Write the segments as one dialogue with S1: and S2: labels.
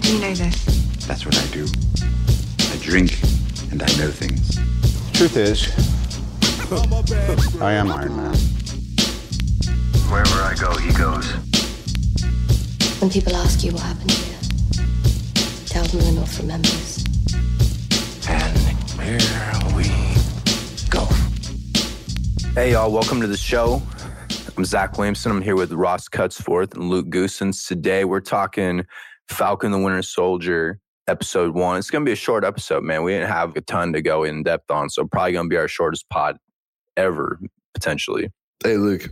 S1: do you know this?
S2: That's what I do. I drink and I know things.
S3: Truth is, I am Iron Man.
S2: Wherever I go, he goes.
S4: When people ask you what happened here, tell them the North remembers.
S2: And here we go.
S5: Hey, y'all, welcome to the show. I'm Zach Williamson. I'm here with Ross Cutsforth and Luke Goosens. Today, we're talking Falcon the Winter Soldier, episode one. It's going to be a short episode, man. We didn't have a ton to go in depth on, so probably going to be our shortest pod ever, potentially.
S6: Hey, Luke,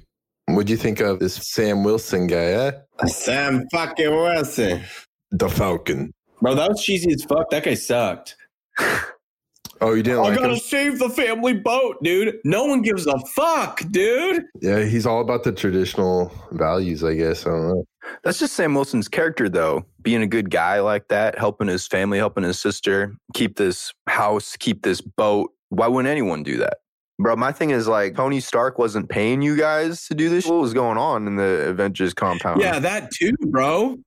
S6: what'd you think of this Sam Wilson guy, eh?
S7: Sam fucking Wilson.
S6: The Falcon.
S7: Bro, that was cheesy as fuck. That guy sucked.
S6: Oh, you didn't
S7: I
S6: like
S7: gotta
S6: him?
S7: save the family boat, dude. No one gives a fuck, dude.
S6: Yeah, he's all about the traditional values, I guess. I don't know.
S5: That's just Sam Wilson's character, though. Being a good guy like that, helping his family, helping his sister, keep this house, keep this boat. Why wouldn't anyone do that? Bro, my thing is like Tony Stark wasn't paying you guys to do this. What was going on in the Avengers compound?
S7: Yeah, that too, bro.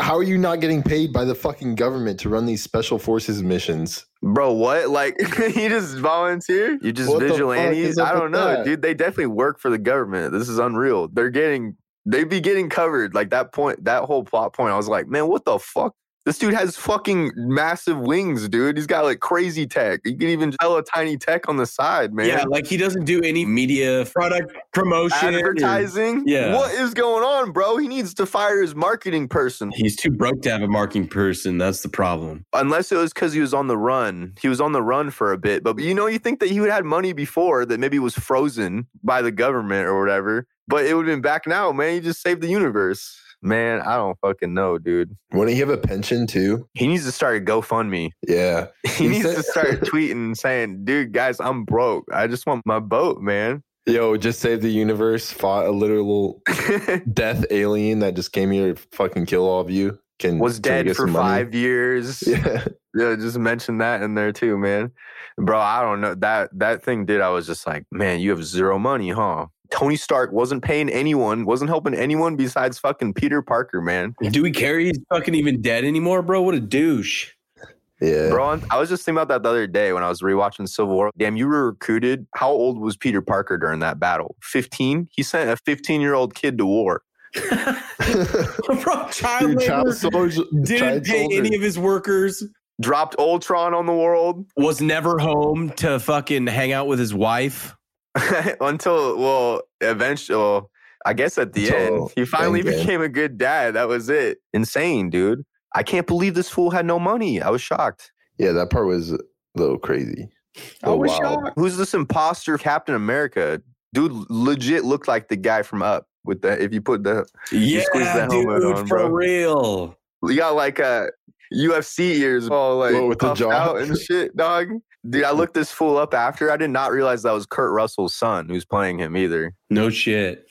S6: How are you not getting paid by the fucking government to run these special forces missions?
S5: Bro, what? Like you just volunteer? You just
S6: What the fuck
S5: vigilantes?
S6: is up
S5: I don't
S6: with
S5: know,
S6: that?
S5: dude. They definitely work for the government. This is unreal. They're getting they be getting covered. Like that point, that whole plot point. I was like, man, what the fuck? This dude has fucking massive wings, dude. He's got like crazy tech. You can even tell a tiny tech on the side, man.
S7: Yeah, like he doesn't do any media product promotion. or-
S5: Advertising?
S7: Yeah.
S5: What is going on, bro? He needs to fire his marketing person.
S7: He's too broke to have a marketing person. That's the problem.
S5: unless it was because he was on the run. He was on the run for a bit, but you know, you think that he would had money before that maybe was frozen by the government or whatever. But it would have been back now, man. He just saved the universe, man. I don't fucking know, dude.
S6: Wouldn't he have a pension too?
S5: He needs to start a GoFundMe.
S6: Yeah.
S5: He
S6: He
S5: needs
S6: said-
S5: to start tweeting saying, "Dude, guys, I'm broke. I just want my boat, man."
S6: Yo, just save the universe, fought a literal death alien that just came here to fucking kill all of you. Can
S5: was
S6: can we
S5: dead
S6: Mm, get
S5: for
S6: some money?
S5: five years.
S6: Yeah.
S5: Yeah, just mention that in there too, man. Bro, I don't know. That that thing did, I was just like, man, you have zero money, huh? Tony Stark wasn't paying anyone, wasn't helping anyone besides fucking Peter Parker, man.
S7: Do we care he's fucking even dead anymore, bro? What a douche.
S6: Yeah.
S5: Bro, I'm- I was just thinking about that the other day when I was rewatching Civil War. Damn, you were recruited. How old was Peter Parker during that battle? 15? He sent a 15 year old kid to war.
S7: bro, child
S6: Dude,
S7: labor
S6: child soldier.
S7: didn't
S6: child
S7: pay
S6: soldier.
S7: any of his workers,
S5: Dropped Ultron on the world
S7: was never home to fucking hang out with his wife.
S5: until, well, eventually, I guess at the end,
S6: Until
S5: he finally
S6: Endgame.
S5: became a good dad. That was it. Insane, dude. I can't believe this fool had no money. I was shocked.
S6: Yeah, that part was a little crazy.
S7: I was
S6: wild.
S5: Who's this imposter Captain America? Dude legit looked like the guy from Up with the if you put the
S7: Yeah,
S5: squeezed that helmet
S7: dude,
S5: on,
S7: for
S5: bro.
S7: real.
S5: you got like uh, a UFC ears all like
S6: What, Oh, with the
S5: puffed
S6: jaw?
S5: out and shit, dog. Dude, I looked this fool up after. I did not realize that was Kurt Russell's son who's playing him either.
S7: No shit.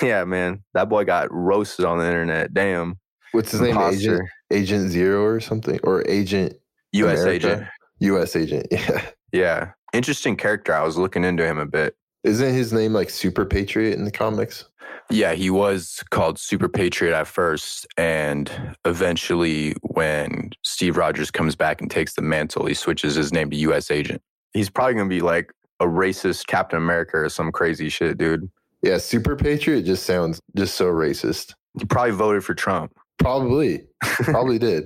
S5: yeah, man. That boy got roasted on the internet. Damn.
S6: What's his name? Agent,
S5: Imposter.
S6: Agent Zero or something, or Agent
S5: US
S6: America?
S5: agent.
S6: U.S. Agent. Yeah,
S5: Yeah. Interesting character. I was looking into him a bit.
S6: isn't his name like Super Patriot in the comics?
S5: Yeah, he was called Super Patriot at first. And eventually, when Steve Rogers comes back and takes the mantle, he switches his name to US Agent. He's probably going to be like a racist Captain America or some crazy shit, dude.
S6: Yeah, Super Patriot just sounds just so racist.
S5: He probably voted for Trump.
S6: Probably, probably did.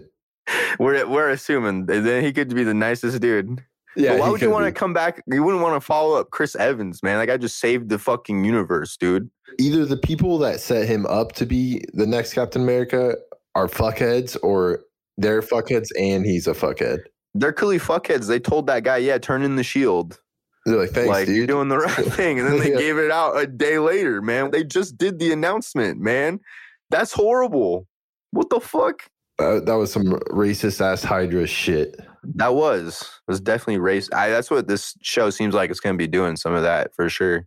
S5: We're, we're assuming that then he could be the nicest dude.
S6: Yeah,
S5: but why
S6: he
S5: would you
S6: could
S5: want to
S6: be.
S5: come back? You wouldn't want to follow up Chris Evans, man. Like, I just saved the fucking universe, dude.
S6: Either the people that set him up to be the next Captain America are fuckheads, or they're fuckheads and he's a fuckhead.
S5: They're clearly fuckheads. They told that guy, yeah, turn in the shield.
S6: They're like, thanks,
S5: like you're
S6: dude.
S5: doing the right thing and then they
S6: Yeah.
S5: gave it out a day later man they just did the announcement man that's horrible what the fuck
S6: Uh, that was some racist ass Hydra shit.
S5: that was it was definitely race I, that's what this show seems like it's going to be doing some of that for sure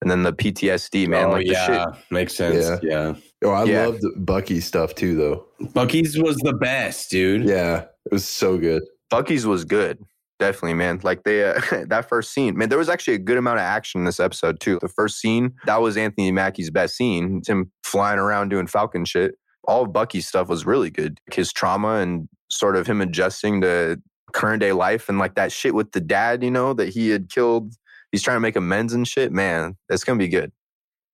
S5: and then the ptsd man
S7: Oh,
S5: like the
S7: Makes sense.
S6: Yeah.
S7: Yeah.
S6: Oh, I
S5: Yeah.
S6: loved Bucky stuff too, though.
S7: Bucky's was the best, dude.
S6: Yeah, it was so good.
S5: shit bucky's was good definitely man like they uh, that first scene man there was actually a good amount of action in this episode too the first scene that was anthony mackie's best scene it's him flying around doing falcon shit all of Bucky's stuff was really good. His trauma and sort of him adjusting to current day life and like that shit with the dad, you know, that he had killed. He's trying to make amends and shit. Man, that's gonna be good.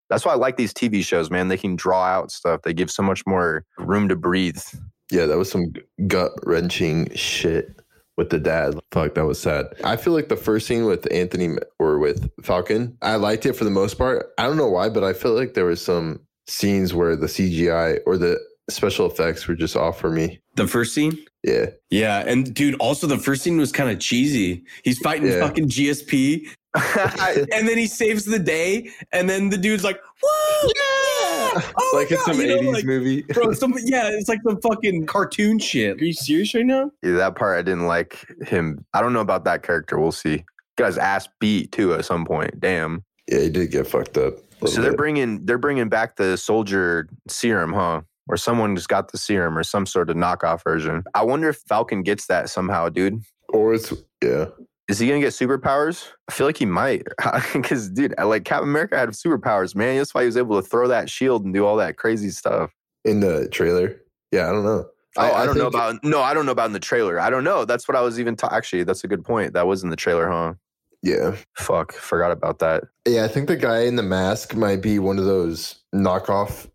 S5: That's why I like these TV shows, man. They can draw out stuff. They give so much more room to breathe.
S6: Yeah, that was some gut wrenching shit with the dad. Fuck, that was sad. I feel like the first scene with Anthony or with Falcon, I liked it for the most part. I don't know why, but I feel like there was some scenes where the CGI or the special effects were just off for me.
S7: The first scene?
S6: Yeah.
S7: Yeah. And dude, also the first scene was kind of cheesy. He's fighting
S6: Yeah.
S7: fucking GSP. and then he saves the day. And then the dude's like, woo! Yeah! Oh my
S6: like it's
S7: God,"
S6: some
S7: you know,
S6: 80s
S7: like,
S6: movie.
S7: Bro, some, yeah, it's like some fucking cartoon shit. Are you serious right now?
S5: Yeah, that part I didn't like him. I don't know about that character. We'll see. Got his ass beat too at some point. Damn.
S6: yeah, he did get fucked up. a
S5: So
S6: little
S5: they're
S6: bit.
S5: bringing they're bringing back the soldier serum, huh? Or someone just got the serum or some sort of knockoff version. I wonder if Falcon gets that somehow, dude.
S6: or it's, yeah.
S5: Is he gonna get superpowers? I feel like he might, because dude, I- like Captain America had superpowers, man. That's why he was able to throw that shield and do all that crazy stuff.
S6: In the trailer. Yeah, I don't know.
S5: Oh, I, don't know
S6: think-
S5: about no, I don't know about in the trailer. I don't know. That's what I was even ta- actually. That's a good point. That was in the trailer, huh?
S6: Yeah.
S5: Fuck, forgot about that.
S6: Yeah, I think the guy in the mask might be one of those knockoff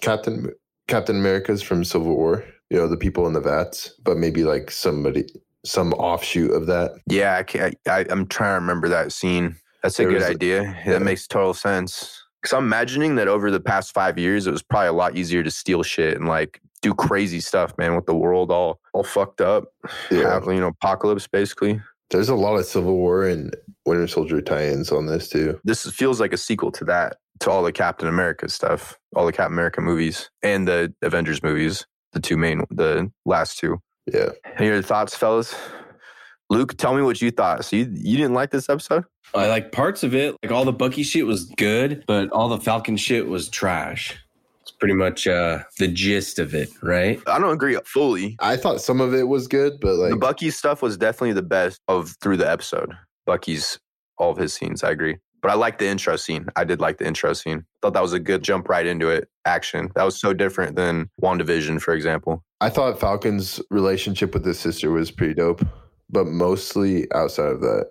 S6: Captain Captain Americas from Civil War. You know, the people in the vats, but maybe like somebody some offshoot of that.
S5: Yeah, I can't. I, I'm trying to remember that scene. That's a
S6: There
S5: good
S6: was a-
S5: idea.
S6: yeah.
S5: That makes total sense. Because I'm imagining that over the past five years, it was probably a lot easier to steal shit and like do crazy stuff, man. With the world all all fucked up,
S6: Yeah.
S5: Have, you know, apocalypse basically.
S6: There's a lot of Civil War and Winter Soldier tie-ins on this too.
S5: This is- feels like a sequel to that, to all the Captain America stuff, all the Captain America movies, and the Avengers movies, the two main, the last two.
S6: Yeah.
S5: Any other thoughts, fellas? Luke, tell me what you thought. So you you didn't like this episode?
S7: I like parts of it. Like all the Bucky shit was good, but all the Falcon shit was trash. It's pretty much uh, the gist of it, right?
S5: I don't agree fully.
S6: I thought some of it was good, but
S5: the
S6: like
S5: Bucky stuff was definitely the best of through the episode. Bucky's all of his scenes, I agree. But I like the intro scene. I did like the intro scene. Thought that was a good jump right into it. Action. That was so different than WandaVision, for example.
S6: I thought Falcon's relationship with his sister was pretty dope, but mostly outside of that,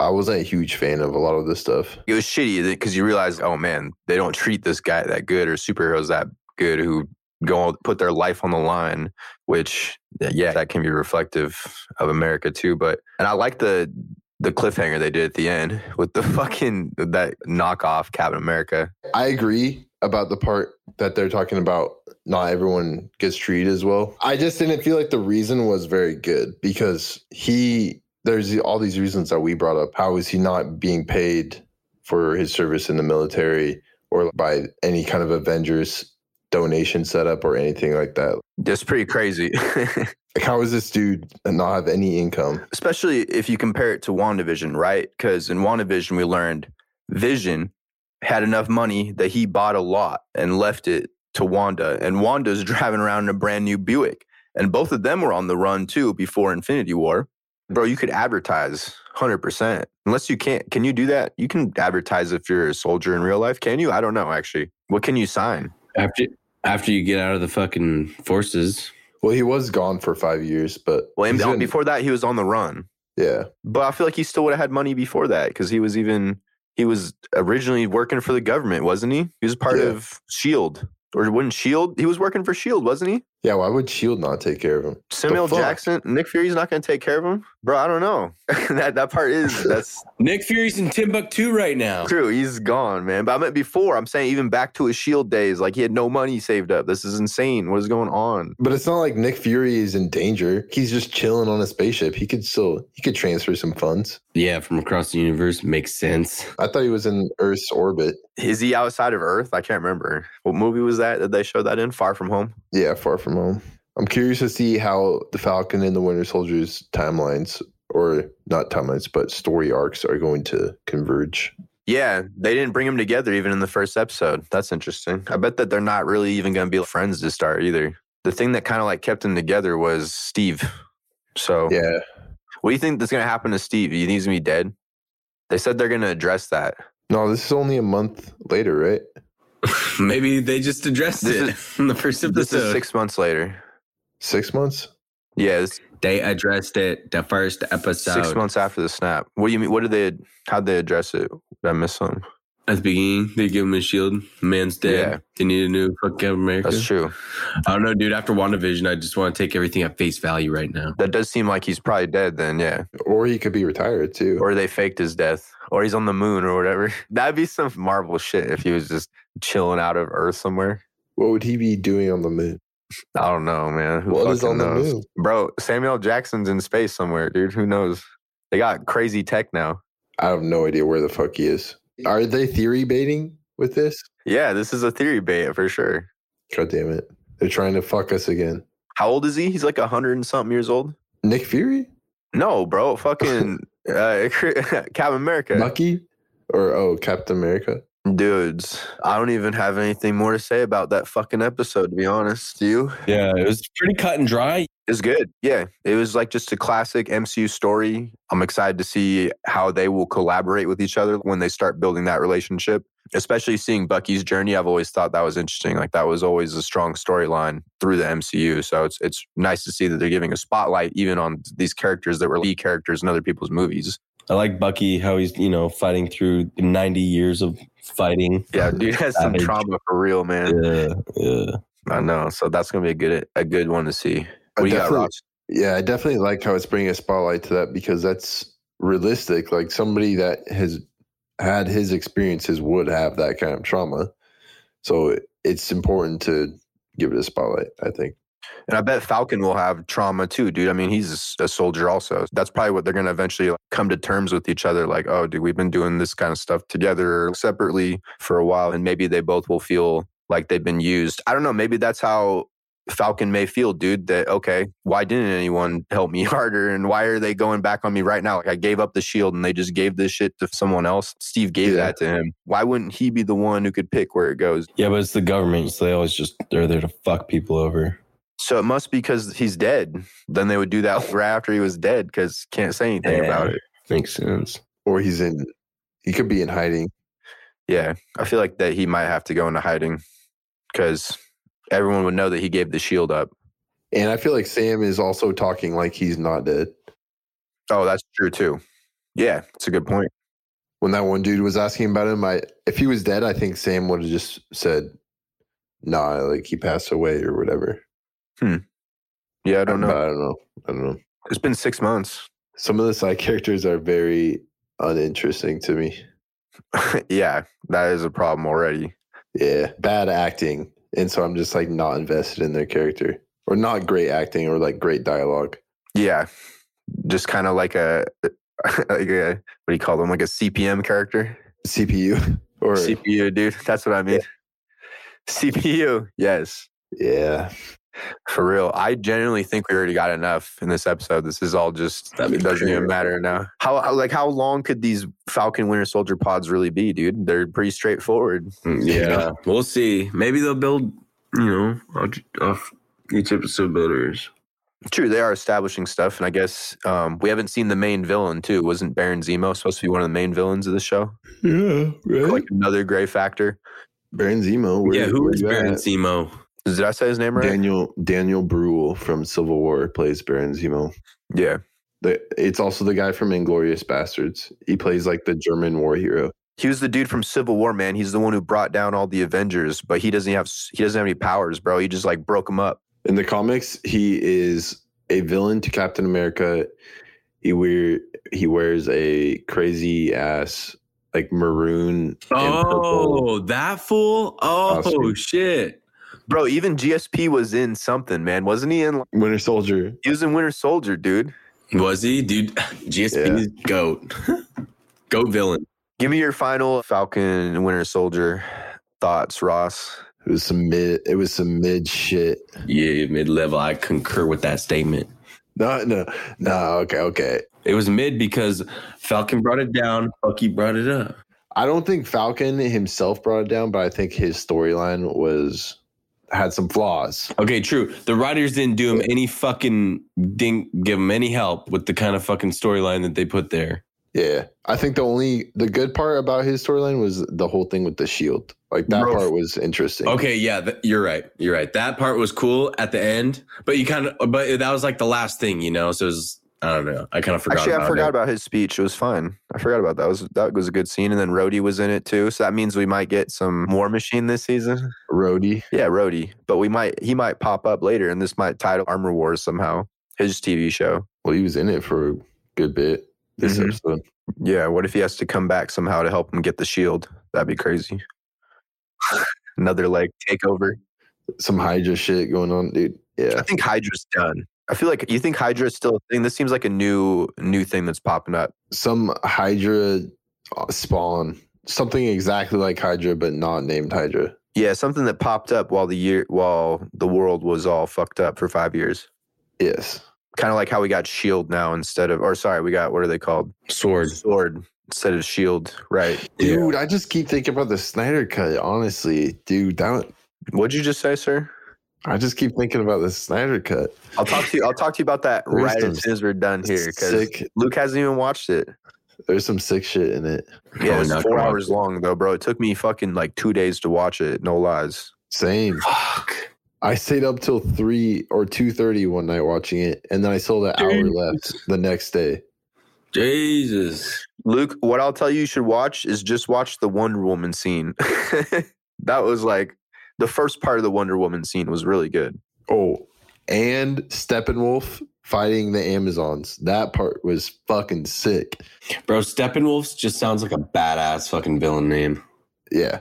S6: I wasn't a huge fan of a lot of this stuff.
S5: It was shitty because you realize, oh man, they don't treat this guy that good or superheroes that good who go put their life on the line. Which, uh, yeah, that can be reflective of America too. But and I like the the cliffhanger they did at the end with the fucking that knockoff Captain America.
S6: I agree about the part that they're talking about not everyone gets treated as well. I just didn't feel like the reason was very good because he there's all these reasons that we brought up. How is he not being paid for his service in the military or by any kind of Avengers donation setup or anything like that?
S5: That's pretty crazy.
S6: Like how is this dude not have any income?
S5: Especially if you compare it to WandaVision, right? Because in WandaVision, we learned Vision had enough money that he bought a lot and left it to Wanda. And Wanda's driving around in a brand new Buick. And both of them were on the run too before Infinity War. Bro, you could advertise 100%. Unless you can't. Can you do that? You can advertise if you're a soldier in real life. Can you? I don't know, actually. What can you sign?
S7: After after you get out of the fucking forces,
S6: Well, he was gone for five years, but
S5: Well, and
S6: he's been-
S5: before that, he was on the run.
S6: yeah,
S5: But I feel like he still would have had money before that because he was even he was originally working for the government, wasn't he? He was part
S6: Yeah.
S5: of Shield E or wasn't Shield? E He was working for Shield, wasn't he?
S6: yeah. Why would Shield E not take care of him?
S5: Samuel
S6: fuck?
S5: Jackson, Nick Fury's not going to take care of him, bro. I don't know. that that part is that's
S7: Nick Fury's in Timbuktu right
S6: Oh.
S7: now.
S5: true. He's gone, man. But I meant before. I'm saying even back to his Shield E days, like he had no money saved up. This is insane. What is going on?
S6: But it's not like Nick Fury is in danger. He's just chilling on a spaceship. He could still he could transfer some funds.
S7: Yeah, from across the universe makes sense.
S6: I thought he was in Earth's orbit.
S5: Is he outside of Earth? I can't remember. What movie was that that they showed that in? Far from Home.
S6: Yeah, far from home. I'm curious to see how the Falcon and the Winter Soldier's timelines or not timelines, but story arcs are going to converge.
S5: Yeah, they didn't bring them together even in the first episode. That's interesting. I bet that they're not really even going to be friends to start either. The thing that kind of like kept them together was Steve. So,
S6: Yeah.
S5: what do you think that's going to happen to Steve? Do you think he's going to be dead? They said they're going to address that.
S6: No, this is only a month later, right?
S7: Maybe they just addressed
S5: This
S7: it in the first episode.
S5: This is six months later.
S6: Six months?
S5: Yeah, it's
S7: They addressed it the first episode
S5: six months after the snap. What do you mean? What did they? How'd they address it? Did I miss something?
S7: at the beginning. They give him a shield. The man's dead.
S5: Yeah.
S7: They need a new fuck Captain America.
S5: That's true.
S7: I don't know, dude. After WandaVision, I just want to take everything at face value right now.
S5: That does seem like he's probably dead. Then, yeah.
S6: Or he could be retired too.
S5: Or they faked his death, or he's on the moon, or whatever. That'd be some Marvel shit if he was just chilling out of Earth somewhere.
S6: what would he be doing on the moon?
S5: I don't know, man. Who
S6: What is
S5: fucking
S6: on the
S5: knows?
S6: moon?
S5: bro? Samuel L. Jackson's in space somewhere, dude. Who knows? They got crazy tech now.
S6: I have no idea where the fuck he is. Are they theory baiting with this?
S5: Yeah, this is a theory bait for sure.
S6: God damn it. They're trying to fuck us again.
S5: How old is he? He's like a hundred and something years old.
S6: Nick Fury?
S5: No, bro, fucking uh, Captain America.
S6: Bucky? Or oh, Captain America?
S5: Dudes, I don't even have anything more to say about that fucking episode, to be honest. Do you?
S7: Yeah, it was pretty cut and dry.
S5: It's good. Yeah. It was like just a classic MCU story. I'm excited to see how they will collaborate with each other when they start building that relationship, especially seeing Bucky's journey. I've always thought that was interesting. Like that was always a strong storyline through the MCU. So it's it's nice to see that they're giving a spotlight even on these characters that were lead characters in other people's movies.
S7: I like Bucky how he's you know fighting through ninety years of fighting.
S5: Yeah, dude has some
S7: Savage.
S5: trauma for real, man.
S7: Yeah, yeah.
S5: I know. So that's gonna be a good a good one to see. What
S6: I
S5: do you got,
S6: definitely-
S5: Ross?
S6: Yeah, I definitely like how it's bringing a spotlight to that because that's realistic. Like somebody that has had his experiences would have that kind of trauma. So it- it's important to give it a spotlight, I think.
S5: And I bet Falcon will have trauma too, dude. I mean, he's a s- a, soldier also. That's probably what they're going to eventually like, come to terms with each other. Like, oh, dude, we've been doing this kind of stuff together or separately for a while. And maybe they both will feel like they've been used. I don't know. Maybe that's how Falcon may feel, dude, that, okay, why didn't anyone help me harder? And why are they going back on me right now? Like, I gave up the shield and they just gave this shit to someone else. Steve gave
S6: Yeah.
S5: that to him. Why wouldn't he be the one who could pick where it goes?
S7: Yeah, but it's the government, so they always just they're there to fuck people over.
S5: So it must be because he's dead. Then they would do that right after he was dead because can't say anything
S7: Yeah.
S5: about it.
S7: Makes sense.
S6: Or he's in, he could be in hiding.
S5: Yeah. I feel like that he might have to go into hiding because everyone would know that he gave the shield up.
S6: And I feel like Sam is also talking like he's not dead.
S5: Oh, that's true too. Yeah. It's a good point.
S6: When that one dude was asking about him, I if he was dead, I think Sam would have just said, "Nah, like he passed away or whatever."
S5: Yeah. I don't
S6: But
S5: know.
S6: I don't know. I don't know.
S5: It's been six months.
S6: Some of the side characters are very uninteresting to me.
S5: yeah. That is a problem already.
S6: Yeah, bad acting, and so I'm just like not invested in their character, or not great acting, or like great dialogue.
S5: Yeah. Just kind of like a, like a, what do you call them? Like a CPM character?
S6: CPU or
S5: CPU, dude. That's what I mean. CPU. Yes.
S6: yeah,
S5: For real, I genuinely think we already got enough in this episode. This is all just
S7: That'd be
S5: it doesn't even
S7: great.
S5: matter now. How how- like how long could these Falcon Winter Soldier pods really be, dude? They're pretty straightforward.
S7: Mm, Yeah, we'll see. Maybe they'll build, you know, off- off each episode builders.
S5: True, they are establishing stuff, and I guess um, we haven't seen the main villain too. Wasn't Baron Zemo supposed to be one of the main villains of the show?
S6: yeah, right.
S5: Like another Gray Factor.
S6: Baron Zemo. where-
S7: yeah, who
S6: where
S7: is
S6: you
S7: Baron
S6: at?
S7: Zemo?
S5: Did I say his name right?
S6: Daniel Daniel Bruhl from Civil War plays Baron Zemo.
S5: yeah,
S6: The, it's also the guy from Inglorious Bastards. He plays like the German war hero.
S5: he was the dude from Civil War. Man, he's the one who brought down all the Avengers, but he doesn't have s- he doesn't have any powers, bro. He just like broke them up.
S6: In the comics, he is a villain to Captain America. He wear he wears a crazy ass like maroon and purple.
S7: Oh, that fool! Oh
S6: Costume.
S7: shit!
S5: Bro, even GSP was in something, man. Wasn't he in
S6: Winter Soldier.
S5: He was in Winter Soldier, dude.
S7: Was he, dude? GSP
S6: Yeah.
S7: is goat, goat villain.
S5: Give me your final Falcon and Winter Soldier thoughts, Ross.
S6: It was some mid. It was some mid shit.
S7: Yeah, mid level. I concur with that statement.
S6: No, no, no. Okay, okay.
S7: It was mid because Falcon brought it down. Bucky brought it up.
S6: I don't think Falcon himself brought it down, but I think his storyline was had some flaws.
S7: Okay, true. The writers didn't do him any fucking didn't give him any help with the kind of fucking storyline that they put there.
S6: Yeah, I think the only the good part about his storyline was the whole thing with the shield. Like that
S5: Bro.
S6: part was interesting.
S7: Okay, yeah, th- you're right. You're right. That part was cool at the end, but you kind of, but that was like the last thing, you know. So it was, I don't know. I kind of forgot.
S5: Actually,
S7: about
S5: I forgot
S7: it.
S5: about his speech. It was fine. I forgot about that. It was that was a good scene. And then Rhodey was in it too. So that means we might get some War Machine this season.
S6: Roadie.
S5: Yeah, Rhodey. But we might he might pop up later, and this might title Armor Wars somehow. His TV show.
S6: Well, he was in it for a good bit this
S5: Mhm.
S6: episode.
S5: Yeah. What if he has to come back somehow to help him get the shield? That'd be crazy. Another like takeover.
S6: Some Hydra shit going on, dude.
S5: I
S6: Yeah.
S5: think Hydra's done. I feel like you think Hydra is still a thing. This seems like a new new thing that's popping up.
S6: Some Hydra uh, spawn. Something exactly like Hydra, but not named Hydra.
S5: Yeah, something that popped up while the year while the world was all fucked up for five years.
S6: Yes.
S5: Kind of like how we got Shield E now instead of, or sorry, we got what are they called?
S7: sword.
S5: Sword instead of Shield. E Right.
S7: Yeah.
S6: Dude, I just keep thinking about the Snyder cut, honestly. Dude, that
S5: What'd you just say, sir?
S6: I just keep thinking about the Snyder cut.
S5: I'll talk to you. I'll talk to you about that
S6: There's
S5: right
S6: some
S5: as soon as we're done here because
S6: Sick.
S5: Luke hasn't even watched it.
S6: There's some sick shit in it.
S5: Yeah,
S7: Probably
S5: it's
S7: not
S5: four
S7: gonna watch
S5: hours
S7: it.
S5: long though, bro. It took me fucking like two days to watch it. No lies.
S6: Same.
S7: Fuck.
S6: I stayed up till three or two thirty one night watching it, and then I still had an hour
S7: Dude.
S6: left the next day.
S7: Jesus.
S5: Luke, what I'll tell you you should watch is just watch the Wonder Woman scene. that was like the first part of the Wonder Woman scene was really good.
S6: Oh, and Steppenwolf fighting the Amazons. That part was fucking sick.
S7: Bro, Steppenwolf just sounds like a badass fucking villain name.
S6: Yeah,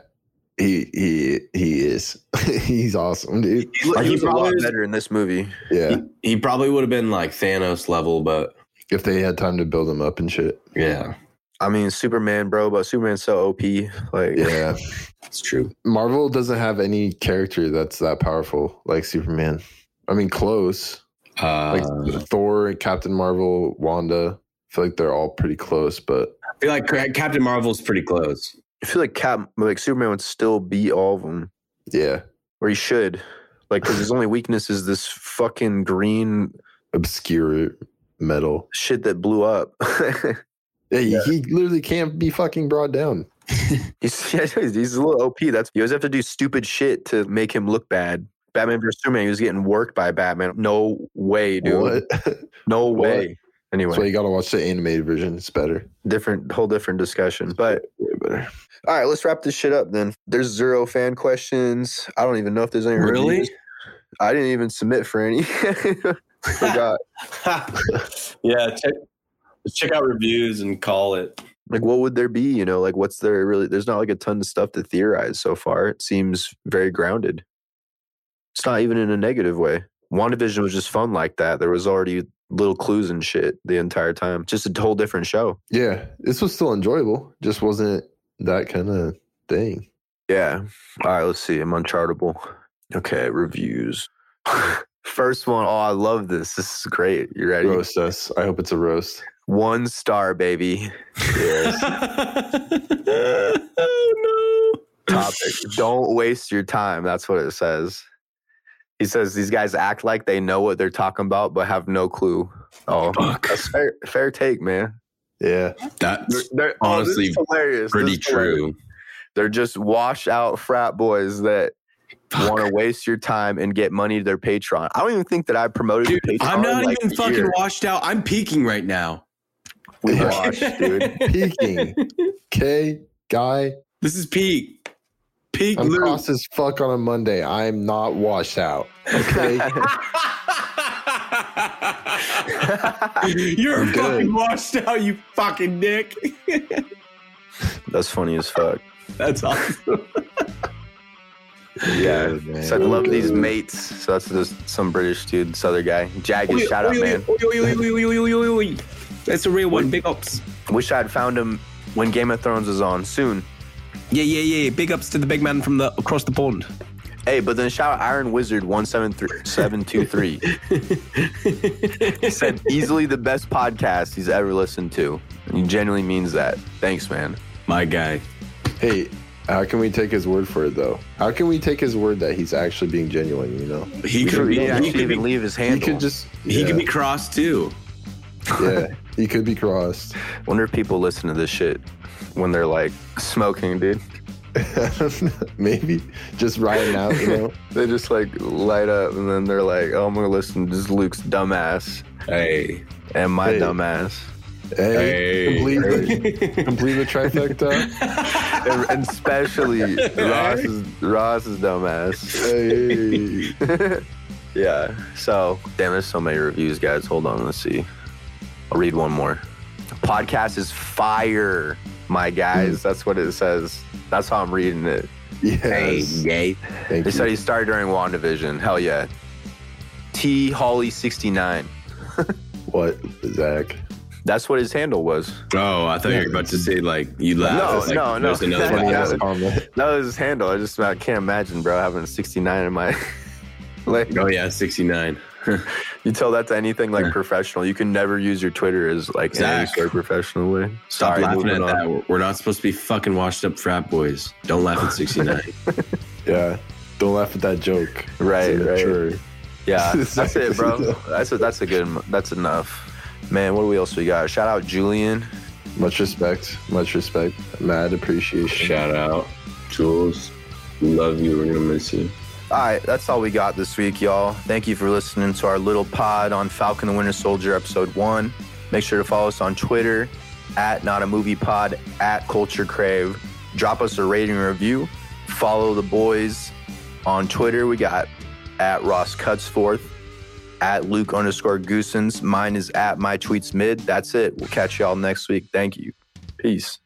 S6: he he he is. He's awesome, dude.
S5: He, lo-
S7: Like,
S5: he
S7: he
S5: was a lot
S7: probably is-
S5: better in this movie.
S6: Yeah,
S7: He probably would have been like Thanos level, but
S6: if they had time to build him up and shit.
S7: yeah,
S5: I mean, Superman, bro, but Superman's so OP. Like,
S6: Yeah,
S7: it's true.
S6: Marvel doesn't have any character that's that powerful like Superman. I mean, close.
S7: Uh,
S6: Like Thor, Captain Marvel, Wanda. I feel like they're all pretty close, but
S7: I feel like Cra- Captain Marvel's pretty close.
S5: I feel like Cap, like Superman would still beat all of them,
S6: Yeah.
S5: or he should. Like, because his only weakness is this fucking green
S6: Obscure metal.
S5: shit that blew up.
S6: Hey, He literally can't be fucking brought down.
S5: he's, yeah, he's he's a little OP. That's you always have to do stupid shit to make him look bad. Batman vs Superman, he was getting worked by Batman. No way, dude.
S6: What? That's
S5: No
S6: What?
S5: way. Anyway,
S6: why you got to watch the animated version. It's better.
S5: different whole different discussion. But
S6: Way better.
S5: all right, let's wrap this shit up then. There's zero fan questions. I don't even know if there's any
S7: Really?
S5: reviews. I didn't even submit for any. Forgot.
S7: yeah, check, check out reviews and call it.
S5: Like what would there be, you know? Like what's there really there's not like a ton of stuff to theorize so far. It seems very grounded. It's not even in a negative way. WandaVision was just fun like that. There was already little clues and shit the entire time. Just a whole different show.
S6: Yeah. This was still enjoyable. Just wasn't that kind of thing.
S5: Yeah. All right, let's see. I'm unchartable. Okay, reviews. First one. Oh, I love this. This is great. You ready?
S6: Roast us. I hope it's a roast.
S5: One star, baby.
S7: oh no.
S5: Topic. Don't waste your time. That's what it says. He says these guys act like they know what they're talking about, but have no clue. Oh,
S7: Fuck.
S5: that's fair, fair take, man.
S6: Yeah.
S5: They're,
S7: That's
S5: they're- oh, this is
S7: Honestly,
S5: hilarious. This
S7: pretty
S5: is hilarious.
S7: true.
S5: They're just washed out frat boys that
S7: Fuck.
S5: want to waste your time and get money to their Patreon. I don't even think that I promoted
S7: Dude,
S5: the Patreon.
S7: I'm not
S5: like,
S7: even
S5: a
S7: fucking
S5: year.
S7: washed out. I'm peaking right now.
S5: We
S6: Yeah.
S5: washed, dude.
S6: Peaking. Okay. Guy,
S7: This is peak. Peak
S6: I'm
S7: Luke.
S6: cross as fuck on a Monday. I'm not washed out. Okay.
S7: You're
S6: I'm good.
S7: fucking washed out, you fucking dick.
S5: That's funny as fuck.
S7: That's awesome.
S5: Yeah.
S6: Good, man.
S5: So I love
S6: Good.
S5: these mates. So that's just some British dude, this other guy. Jagged, shout out, man.
S7: Oi, oi, oi, oi, oi, oi, oi, oi. That's a real one. Big ups.
S5: Wish I'd found him when Game of Thrones was on soon.
S7: Yeah, yeah, yeah. Big ups to the big man from the across the pond.
S5: Hey, but then shout out Iron Wizard 173723. he said, easily the best podcast he's ever listened to. And he genuinely means that. Thanks, man.
S7: My guy.
S6: Hey, how can we take his word for it though? How can we take his word that he's actually being genuine? You know,
S7: He could
S5: He
S7: be.
S5: didn't
S7: He
S5: actually
S7: could
S5: even
S7: be.
S5: leave his
S6: he
S5: handle.
S6: could just
S7: He
S6: yeah,
S7: could be crossed too.
S6: yeah, he could be crossed.
S5: Wonder if people listen to this shit when they're like smoking, dude.
S6: Maybe just riding out, you know.
S5: They just like light up and then they're like, oh, I'm going to listen to this Luke's dumbass
S7: Hey,
S5: and my
S6: Hey.
S5: dumbass.
S6: Hey,
S7: Hey.
S6: complete, The, complete the trifecta.
S5: And and especially Ross's, Ross's dumbass.
S6: Hey,
S5: Yeah. So, damn, there's so many reviews, guys. Hold on. Let's see. I'll read one more. Podcast is fire, my guys. That's what it says. That's how I'm reading it.
S6: yes.
S7: yay.
S6: Thank
S5: They
S6: you.
S5: said he started during WandaVision. Hell yeah. T Holly 69.
S6: What, Zach?
S5: That's what his handle was.
S7: Oh, I thought you were about to say like you
S5: No,
S7: laughed. It's like,
S5: no, no.
S7: there's another
S5: Funny
S7: laugh.
S5: ass.
S6: comment.
S5: That was his handle. I just I can't imagine, bro, having a 69 in my. like,
S7: Oh yeah, sixty nine.
S5: you tell that to anything like professional. You can never use your Twitter as like in any
S7: Zach.
S5: sort of professional way.
S7: Stop
S5: Sorry,
S7: laughing
S5: moving
S7: at
S5: on.
S7: that. We're- We're not supposed to be fucking washed up frat boys. Don't laugh at sixty nine.
S6: Yeah. Don't laugh at that joke.
S5: Right,
S6: It's
S5: right.
S6: immature.
S5: Yeah, that's it, bro.
S6: No.
S5: That's a, that's a good. That's enough, man. What do we else we got? Shout out Julian.
S6: Much respect. Much respect. Mad appreciation.
S7: Shout out, Jules. Love you. We're gonna miss you.
S5: All right, that's all we got this week, y'all. Thank you for listening to our little pod on Falcon the Winter Soldier, episode one. Make sure to follow us on Twitter at Not a Movie Pod at Culture Crave. Drop us a rating and review. Follow the boys on Twitter. We got at Ross Cutsforth, at Luke underscore Goosens. Mine is at My Tweets Mid. That's it. We'll catch y'all next week. Thank you. Peace.